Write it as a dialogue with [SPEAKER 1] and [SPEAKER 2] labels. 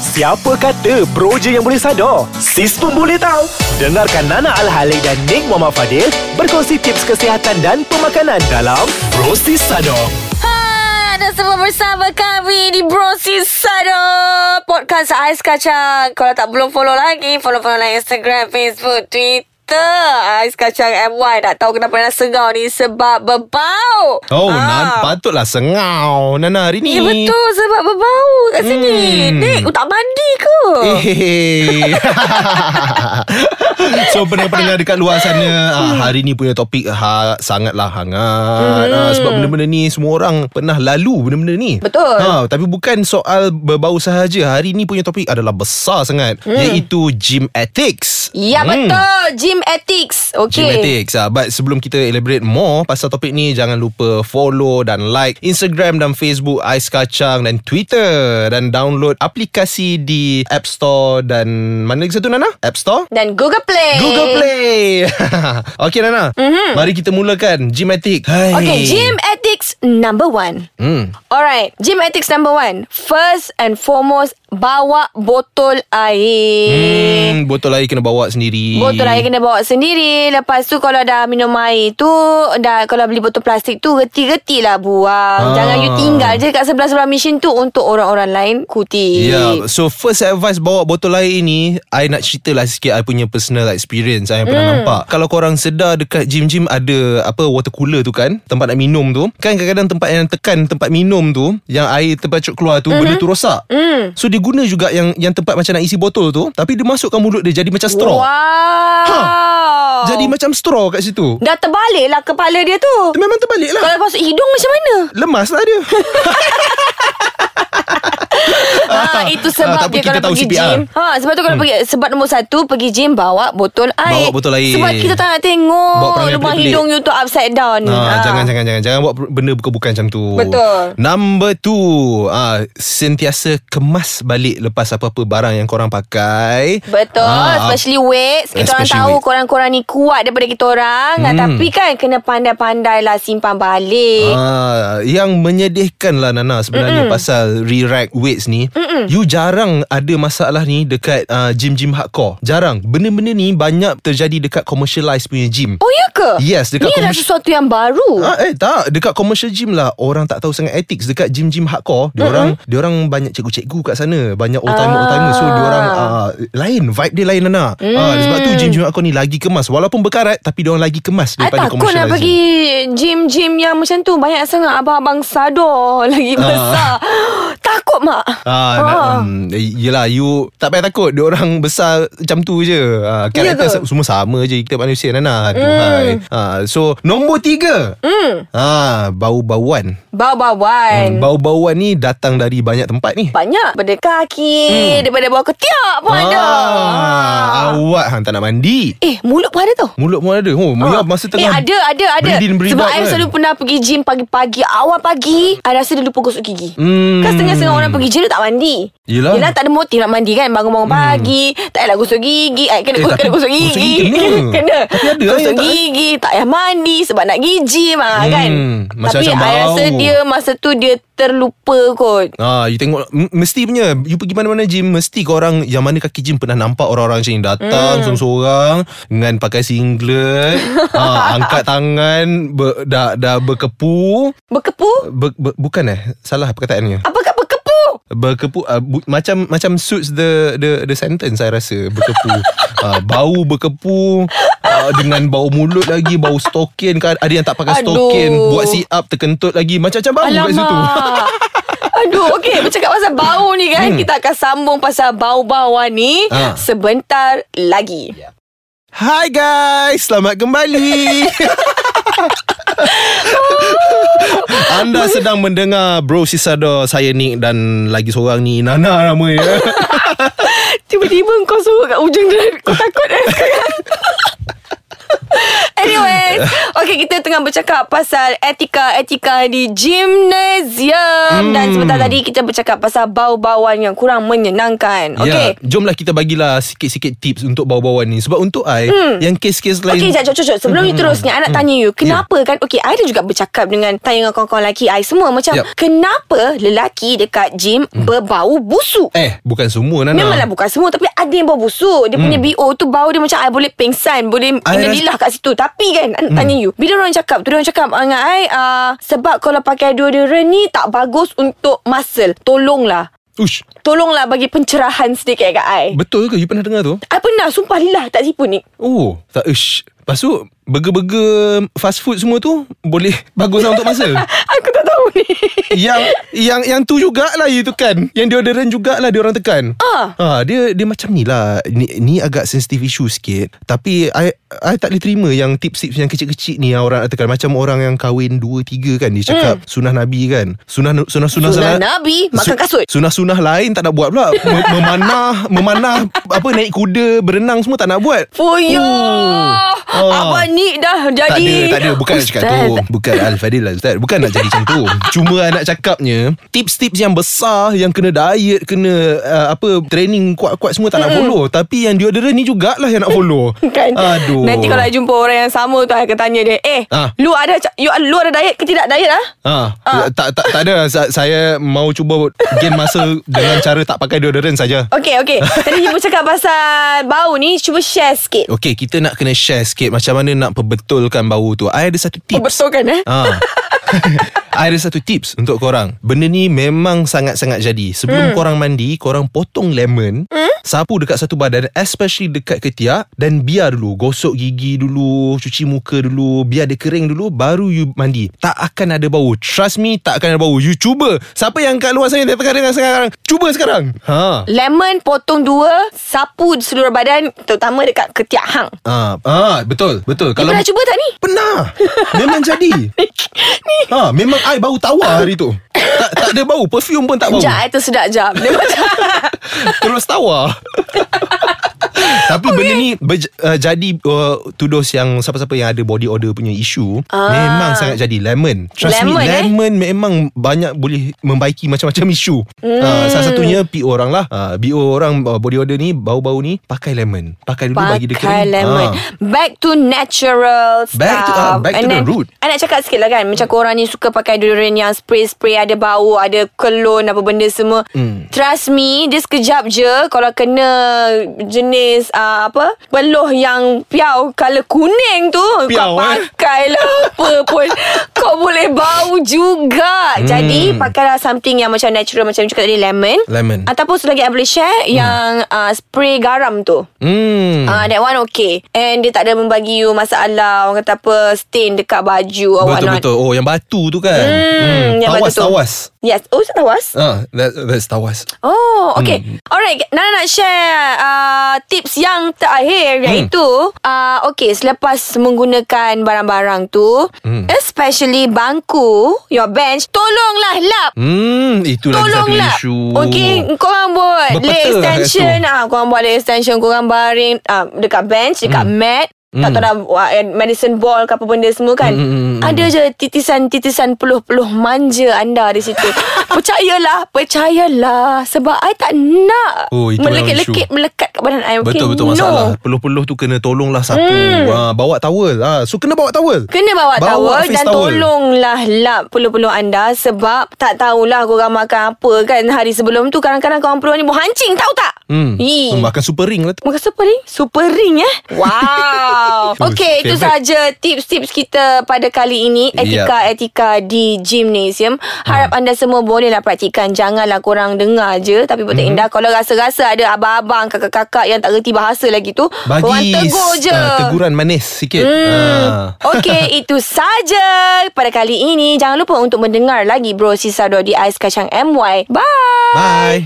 [SPEAKER 1] Siapa kata bro je yang boleh sadar? Sis pun boleh tahu. Dengarkan Nana Al-Halik dan Nick Muhammad Fadil berkongsi tips kesihatan dan pemakanan dalam Bro Sis Sadar.
[SPEAKER 2] Ha, anda semua bersama kami di Brosis Sada Podcast Ais Kacang Kalau tak belum follow lagi Follow-follow lah Instagram, Facebook, Twitter Ais Kacang MY Tak tahu kenapa Nana sengau ni Sebab berbau
[SPEAKER 3] Oh,
[SPEAKER 2] Ah.
[SPEAKER 3] Nan, patutlah sengau Nana hari ni.
[SPEAKER 2] Ya betul sebab berbau kat sini
[SPEAKER 3] Hmm. Eh.
[SPEAKER 2] Dek, oh, tak mandi ke?
[SPEAKER 3] Hey. so pendengar-pendengar dekat luar sana ah,
[SPEAKER 2] Hmm.
[SPEAKER 3] Hari ni punya topik ha, Sangatlah hangat
[SPEAKER 2] Hmm.
[SPEAKER 3] ah, Sebab benda-benda ni Semua orang pernah lalu Benda-benda ni
[SPEAKER 2] Betul.
[SPEAKER 3] ha, Tapi bukan soal Berbau sahaja Hari ni punya topik adalah besar sangat Iaitu gym ethics
[SPEAKER 2] Hmm. Ya betul Gym ethics
[SPEAKER 3] Hmm. Gym
[SPEAKER 2] Okay
[SPEAKER 3] Ethics ah. But sebelum kita elaborate more Pasal topik ni Jangan lupa follow dan like Instagram dan Facebook Ais Kacang dan Twitter Dan download aplikasi di App Store Dan mana lagi satu Nana? App Store?
[SPEAKER 2] Dan Google Play
[SPEAKER 3] Google Play Okay Nana mm-hmm. Mari kita mulakan Gym Ethics Hai.
[SPEAKER 2] Okay, Mhm. gym ethics number one.
[SPEAKER 3] Hmm.
[SPEAKER 2] Alright, gym ethics number one. First and foremost, bawa botol air.
[SPEAKER 3] hmm, Botol air kena bawa sendiri
[SPEAKER 2] Botol air kena bawa sendiri Lepas tu kalau dah minum air tu dah Kalau beli botol plastik tu Reti-reti lah buang
[SPEAKER 3] Ah.
[SPEAKER 2] Jangan you tinggal je Kat sebelah-sebelah mesin tu Untuk orang-orang lain kutip
[SPEAKER 3] Yeah, Ya, so first advice bawa botol air ni, I nak cerita lah sikit I punya personal experience I pernah
[SPEAKER 2] Hmm.
[SPEAKER 3] nampak. Kalau korang sedar dekat gym-gym ada apa water cooler tu kan, tempat nak minum tu. Kan kadang-kadang tempat yang tekan tempat minum tu, yang air terpacuk keluar tu, mm-hmm.
[SPEAKER 2] Mhm.
[SPEAKER 3] benda tu rosak.
[SPEAKER 2] Hmm.
[SPEAKER 3] Mm. So dia guna juga yang yang tempat macam nak isi botol tu, tapi dia masukkan mulut dia jadi macam straw.
[SPEAKER 2] Wow
[SPEAKER 3] Ha. Jadi macam straw kat situ.
[SPEAKER 2] Dah terbalik lah kepala dia tu
[SPEAKER 3] Memang terbalik lah.
[SPEAKER 2] Kalau masuk hidung macam mana?
[SPEAKER 3] Lemas lah dia.
[SPEAKER 2] Ha, itu
[SPEAKER 3] Ah,
[SPEAKER 2] sebab
[SPEAKER 3] tak apa,
[SPEAKER 2] dia
[SPEAKER 3] kita
[SPEAKER 2] kalau
[SPEAKER 3] tahu
[SPEAKER 2] pergi
[SPEAKER 3] CPR.
[SPEAKER 2] gym. Ha, sebab tu kalau pergi sebab nombor satu pergi gym bawa botol air.
[SPEAKER 3] Hmm. Bawa botol air.
[SPEAKER 2] Sebab kita tak nak tengok
[SPEAKER 3] Bawa perangai
[SPEAKER 2] lubang
[SPEAKER 3] pelik-pelik.
[SPEAKER 2] hidung you tu upside down.
[SPEAKER 3] Ah, jangan jangan jangan jangan buat benda bukan-bukan macam tu.
[SPEAKER 2] Hmm, Betul.
[SPEAKER 3] Number two, ah sentiasa kemas balik lepas apa-apa barang yang korang pakai.
[SPEAKER 2] Betul
[SPEAKER 3] Ah, ah,
[SPEAKER 2] Especially weights Kita orang
[SPEAKER 3] Especially
[SPEAKER 2] tahu
[SPEAKER 3] weights.
[SPEAKER 2] Korang-korang ni kuat Daripada kita orang hmm. Tapi kan Kena pandai-pandai lah Simpan balik
[SPEAKER 3] Ah, yang menyedihkan lah Nana sebenarnya Mm-mm. pasal re-rack weights ni Mm-mm. you jarang ada masalah ni dekat uh, gym-gym hardcore jarang benda-benda ni banyak terjadi dekat commercialized punya gym
[SPEAKER 2] Oh ya ke?
[SPEAKER 3] Yes, dekat
[SPEAKER 2] Ni adalah
[SPEAKER 3] komersi-
[SPEAKER 2] sesuatu yang baru
[SPEAKER 3] Ah, eh tak dekat commercial gym lah orang tak tahu sangat ethics dekat gym-gym hardcore dia orang dia orang banyak cikgu-cikgu kat sana banyak old timer
[SPEAKER 2] Ah.
[SPEAKER 3] old timer so dia orang ah, lain vibe dia lain Nana mm. ah, sebab tu gym-gym hardcore ni lagi kemas walaupun berkarat tapi dia orang lagi kemas
[SPEAKER 2] I
[SPEAKER 3] daripada
[SPEAKER 2] Ah, takut
[SPEAKER 3] commercial
[SPEAKER 2] nak pergi gym-gym yang macam tu Banyak sangat abang-abang sado Lagi besar Takut mak
[SPEAKER 3] Ah, nak,
[SPEAKER 2] Oh.
[SPEAKER 3] um, yelah you tak payah takut dia orang besar macam tu je. Ah, karakter
[SPEAKER 2] Ya ke? Mm.
[SPEAKER 3] yeah, semua sama je kita manusia Nana. Tuhai. Ah, so nombor tiga Mm. Ah, bau-bauan. Hmm,
[SPEAKER 2] Bau-bauan
[SPEAKER 3] Bau-bauan ni datang dari banyak tempat ni.
[SPEAKER 2] Banyak Daripada kaki hmm. Daripada bawah ketiak pun ah. ada ha.
[SPEAKER 3] Ah, awak hang tak nak mandi.
[SPEAKER 2] Eh mulut pun ada tau
[SPEAKER 3] Mulut pun ada. Oh,
[SPEAKER 2] Ah.
[SPEAKER 3] ha. masa tengah.
[SPEAKER 2] Eh ada ada ada
[SPEAKER 3] breathe in, breathe
[SPEAKER 2] Sebab
[SPEAKER 3] out
[SPEAKER 2] I
[SPEAKER 3] kan.
[SPEAKER 2] selalu pernah pergi gym Pagi-pagi Awal pagi I rasa dia lupa gosok gigi
[SPEAKER 3] Hmm.
[SPEAKER 2] Kan setengah-setengah orang pergi gym Dia tak mandi
[SPEAKER 3] Yelah. Hmm.
[SPEAKER 2] Yelah tak ada motif nak mandi kan Bangun-bangun pagi Tak payah gosok gigi eh, kena,
[SPEAKER 3] Eh,
[SPEAKER 2] eh,
[SPEAKER 3] tapi
[SPEAKER 2] kena gosok
[SPEAKER 3] gosok
[SPEAKER 2] gigi
[SPEAKER 3] gigi kena. Tapi ada lah
[SPEAKER 2] Gosok
[SPEAKER 3] yang tak-
[SPEAKER 2] gigi Tak payah mandi Sebab nak pergi gym lah,
[SPEAKER 3] Hmm,
[SPEAKER 2] kan Tapi
[SPEAKER 3] macam-macam
[SPEAKER 2] I
[SPEAKER 3] bau.
[SPEAKER 2] rasa dia Masa tu dia terlupa kot
[SPEAKER 3] Ah, you tengok m- mesti punya. You pergi mana-mana gym mesti korang yang mana kaki gym pernah nampak orang-orang macam ni datang
[SPEAKER 2] Hmm.
[SPEAKER 3] mm. seorang-seorang dengan pakai singlet, ah, angkat tangan ber, dah dah berkepu,
[SPEAKER 2] Berkepu
[SPEAKER 3] ber, ber, bukan eh? Salah perkataannya.
[SPEAKER 2] Apakah berkepu?
[SPEAKER 3] Berkepu uh, bu, macam macam suits the the the sentence saya rasa berkepu. uh, bau berkepu uh, dengan bau mulut lagi, bau stokin kan. Ada yang tak pakai
[SPEAKER 2] Aduh.
[SPEAKER 3] stokin, buat sit up terkentut lagi, macam-macam bau kat situ.
[SPEAKER 2] Aduh, okey. Bercakap pasal bau ni kan. Hmm. Kita akan sambung pasal bau-bauan ni ha.
[SPEAKER 3] Ha. Ya.
[SPEAKER 2] sebentar lagi.
[SPEAKER 3] Hai guys, selamat kembali. Anda sedang mendengar Bro Sisado Saya Nick Dan lagi seorang ni Nana nama dia
[SPEAKER 2] Tiba-tiba kau suruh kat ujung dia. Kau takut eh sekarang? Anyways Okay kita tengah bercakap Pasal etika-etika Di gymnasium hmm. Dan sebentar tadi Kita bercakap pasal Bau-bauan yang kurang menyenangkan Okay
[SPEAKER 3] Ya, jomlah kita bagilah sikit-sikit tips untuk bau-bauan ni. Sebab untuk I, yang kes-kes lain... Ya.
[SPEAKER 2] Okay, jap, jap, jap. Sebelum you terusnya, I nak tanya you. Kenapa kan, okay, I dah juga bercakap dengan, tanya dengan kawan-kawan lelaki I semua. Macam,
[SPEAKER 3] Yup.
[SPEAKER 2] kenapa lelaki dekat gym
[SPEAKER 3] Mm.
[SPEAKER 2] berbau busuk?
[SPEAKER 3] Eh, bukan semua, Nana.
[SPEAKER 2] Memanglah bukan semua Tapi ada yang bau busuk Dia punya BO tu Bau dia macam I boleh pengsan Boleh
[SPEAKER 3] Mm. I Mm.
[SPEAKER 2] Innalillah kat situ Tapi kan I nak Tanya you Bila orang cakap tu Dia orang cakap ah, dengan I uh, Sebab kalau pakai deodorant ni Tak bagus untuk muscle Tolonglah
[SPEAKER 3] Ush,
[SPEAKER 2] Tolonglah bagi pencerahan sedikit kat I
[SPEAKER 3] betul ke you pernah dengar tu?
[SPEAKER 2] I pernah Sumpah lillah Tak tipu ni
[SPEAKER 3] Oh, tak ush. Lepas tu, burger-burger fast food semua tu boleh bagus lah untuk masa.
[SPEAKER 2] Aku tak tahu ni
[SPEAKER 3] yang yang yang tu jugalah you tekan. Yang deodorant jugalah dia orang tekan.
[SPEAKER 2] Ah.
[SPEAKER 3] Ha, dia dia macam ni lah. Ni, ni agak sensitive issue sikit. Tapi I I tak boleh terima yang tips-tips yang kecil-kecil ni yang orang nak tekan. Macam orang yang kahwin 2 3 kan dia cakap mm. sunah nabi kan. Sunah sunah sunah,
[SPEAKER 2] Sunah Hmm. Nabi, makan kasut.
[SPEAKER 3] Sunah-sunah lain tak nak buat pula. Mem- memanah, memanah apa naik kuda, berenang semua tak nak buat.
[SPEAKER 2] Fuyo
[SPEAKER 3] Oh.
[SPEAKER 2] oh. Abang ni dah jadi
[SPEAKER 3] Tak ada, tak ada. Bukan nak cakap tu. Bukan Al-Fadil lah Ustaz. Bukan nak jadi macam tu. Cuma nak cakapnya, tips-tips yang besar, yang kena diet, kena uh, apa training kuat-kuat semua tak nak follow. Tapi yang deodorant ni jugalah yang nak follow.
[SPEAKER 2] Kan
[SPEAKER 3] Aduh.
[SPEAKER 2] Nanti kalau I jumpa orang yang sama tu I akan tanya dia Eh
[SPEAKER 3] Ah.
[SPEAKER 2] Lu ada ca- you, Lu ada diet ke tidak diet ah?
[SPEAKER 3] Ha, tak tak tak ada Sa- saya mau cuba gain masa dengan cara tak pakai deodorant saja.
[SPEAKER 2] Okay okay Tadi you bercakap pasal Bau ni Cuba share sikit
[SPEAKER 3] Okey, kita nak kena share sikit macam mana nak perbetulkan bau tu. I ada satu tips.
[SPEAKER 2] Betul kan eh
[SPEAKER 3] Ha. I ada satu tips untuk korang Benda ni memang sangat-sangat jadi Sebelum korang mandi Korang potong lemon Sapu dekat satu badan Especially dekat ketiak Dan biar dulu Gosok gigi dulu Cuci muka dulu Biar dia kering dulu Baru you mandi Tak akan ada bau Trust me Tak akan ada bau You cuba Siapa yang kat luar sana Dia tengah dengar sekarang Cuba sekarang Ha
[SPEAKER 2] Lemon potong dua Sapu seluruh badan Terutama dekat ketiak hang
[SPEAKER 3] Ah, ah betul betul.
[SPEAKER 2] You pernah cuba tak ni?
[SPEAKER 3] Pernah Memang jadi ha, Memang I bau tawa hari tu tak, tak ada bau Perfume pun tak bau
[SPEAKER 2] Sekejap I tersedak jap Dia macam
[SPEAKER 3] Terus tawa Tapi okay. benda ni berj- uh, Jadi uh, To those yang Siapa-siapa yang ada Body odor punya isu
[SPEAKER 2] Ah.
[SPEAKER 3] Memang sangat jadi Lemon Trust
[SPEAKER 2] Lemon,
[SPEAKER 3] me
[SPEAKER 2] eh?
[SPEAKER 3] Lemon memang Banyak boleh Membaiki macam-macam isu mm.
[SPEAKER 2] Hmm.
[SPEAKER 3] uh, Salah satunya PO orang lah uh, BO orang uh, Body odor ni Bau-bau ni Pakai lemon Pakai dulu bagi dia
[SPEAKER 2] Pakai
[SPEAKER 3] kering.
[SPEAKER 2] lemon
[SPEAKER 3] Ah.
[SPEAKER 2] Back to natural stuff
[SPEAKER 3] Back to- ah, back to the
[SPEAKER 2] then,
[SPEAKER 3] root.
[SPEAKER 2] I nak cakap sikit lah kan Macam korang ni suka pakai deodorant yang spray-spray Ada bau, ada cologne, apa benda semua
[SPEAKER 3] Hmm.
[SPEAKER 2] Trust me, dia sekejap je Kalau kena jenis ah, apa Peluh yang piau color kuning tu
[SPEAKER 3] Piau,
[SPEAKER 2] Kau
[SPEAKER 3] eh?
[SPEAKER 2] pakai lah apa pun Kau boleh bau
[SPEAKER 3] Hmm.
[SPEAKER 2] juga Jadi pakailah something yang macam natural Macam cakap tadi lemon
[SPEAKER 3] Lemon.
[SPEAKER 2] Ataupun satu lagi I boleh share Yang ah, spray garam tu
[SPEAKER 3] Hmm.
[SPEAKER 2] Ah, uh, that one okay. And dia tak ada membagi you masalah orang kata apa stain dekat baju or
[SPEAKER 3] Betul
[SPEAKER 2] whatnot.
[SPEAKER 3] betul. Oh yang batu tu kan.
[SPEAKER 2] Hmm, yang
[SPEAKER 3] tawas
[SPEAKER 2] batu tu.
[SPEAKER 3] tawas.
[SPEAKER 2] Yes. Oh, saya tawas.
[SPEAKER 3] Ah, that, that's tawas.
[SPEAKER 2] Oh, okay.
[SPEAKER 3] Hmm.
[SPEAKER 2] Alright, Nana nak share uh, tips yang
[SPEAKER 3] Hmm.
[SPEAKER 2] terakhir iaitu uh, okay, selepas menggunakan barang-barang tu,
[SPEAKER 3] Hmm.
[SPEAKER 2] especially bangku, your bench, tolonglah lap.
[SPEAKER 3] Hmm, itu lagi satu
[SPEAKER 2] Tolonglah
[SPEAKER 3] isu.
[SPEAKER 2] Okay Korang buat
[SPEAKER 3] Berpeta
[SPEAKER 2] Leg
[SPEAKER 3] lah kat
[SPEAKER 2] extension
[SPEAKER 3] situ.
[SPEAKER 2] ah, Korang buat leg extension Korang baring ah, Dekat bench Dekat
[SPEAKER 3] Hmm.
[SPEAKER 2] mat tak tahu dah ah, Medicine ball ke apa benda semua kan
[SPEAKER 3] Hmm, hmm, hmm,
[SPEAKER 2] Ada je titisan-titisan Peluh-peluh manja anda di situ Percayalah Percayalah Sebab I tak nak
[SPEAKER 3] Oh, itu memang
[SPEAKER 2] Melekit-lekit
[SPEAKER 3] isu.
[SPEAKER 2] Melekat kat badan I okay,
[SPEAKER 3] Betul betul
[SPEAKER 2] no. Hmm.
[SPEAKER 3] masalah. Peluh-peluh tu kena tolonglah sapu. Ah, bawa towel. Ah, so kena bawa towel.
[SPEAKER 2] Kena bawa, towel
[SPEAKER 3] Bawa face
[SPEAKER 2] Dan
[SPEAKER 3] towel.
[SPEAKER 2] tolonglah lap Peluh-peluh anda Sebab tak tahulah Korang makan apa kan Hari sebelum tu Kadang-kadang korang peluh ni Buah hancing tahu tak
[SPEAKER 3] Hmm.
[SPEAKER 2] Ih.
[SPEAKER 3] hmm. Makan super ring lah tu.
[SPEAKER 2] Makan super ring Super ring eh Wow
[SPEAKER 3] Itu
[SPEAKER 2] Okay itu
[SPEAKER 3] favourite.
[SPEAKER 2] saja Tips-tips kita pada kali ini Etika-etika di gymnasium Harap
[SPEAKER 3] Hmm.
[SPEAKER 2] anda semua bolehlah praktikan Janganlah korang dengar je Tapi betul
[SPEAKER 3] Hmm.
[SPEAKER 2] indah Kalau rasa-rasa ada abang-abang Kakak-kakak yang tak reti bahasa lagi tu
[SPEAKER 3] Bagi
[SPEAKER 2] Korang tegur je
[SPEAKER 3] ah, teguran manis sikit.
[SPEAKER 2] Hmm.
[SPEAKER 3] Ah.
[SPEAKER 2] Okey, itu saja pada kali ini. Jangan lupa untuk mendengar lagi Bro Sisado di Ais Kacang MY. Bye.
[SPEAKER 3] Bye.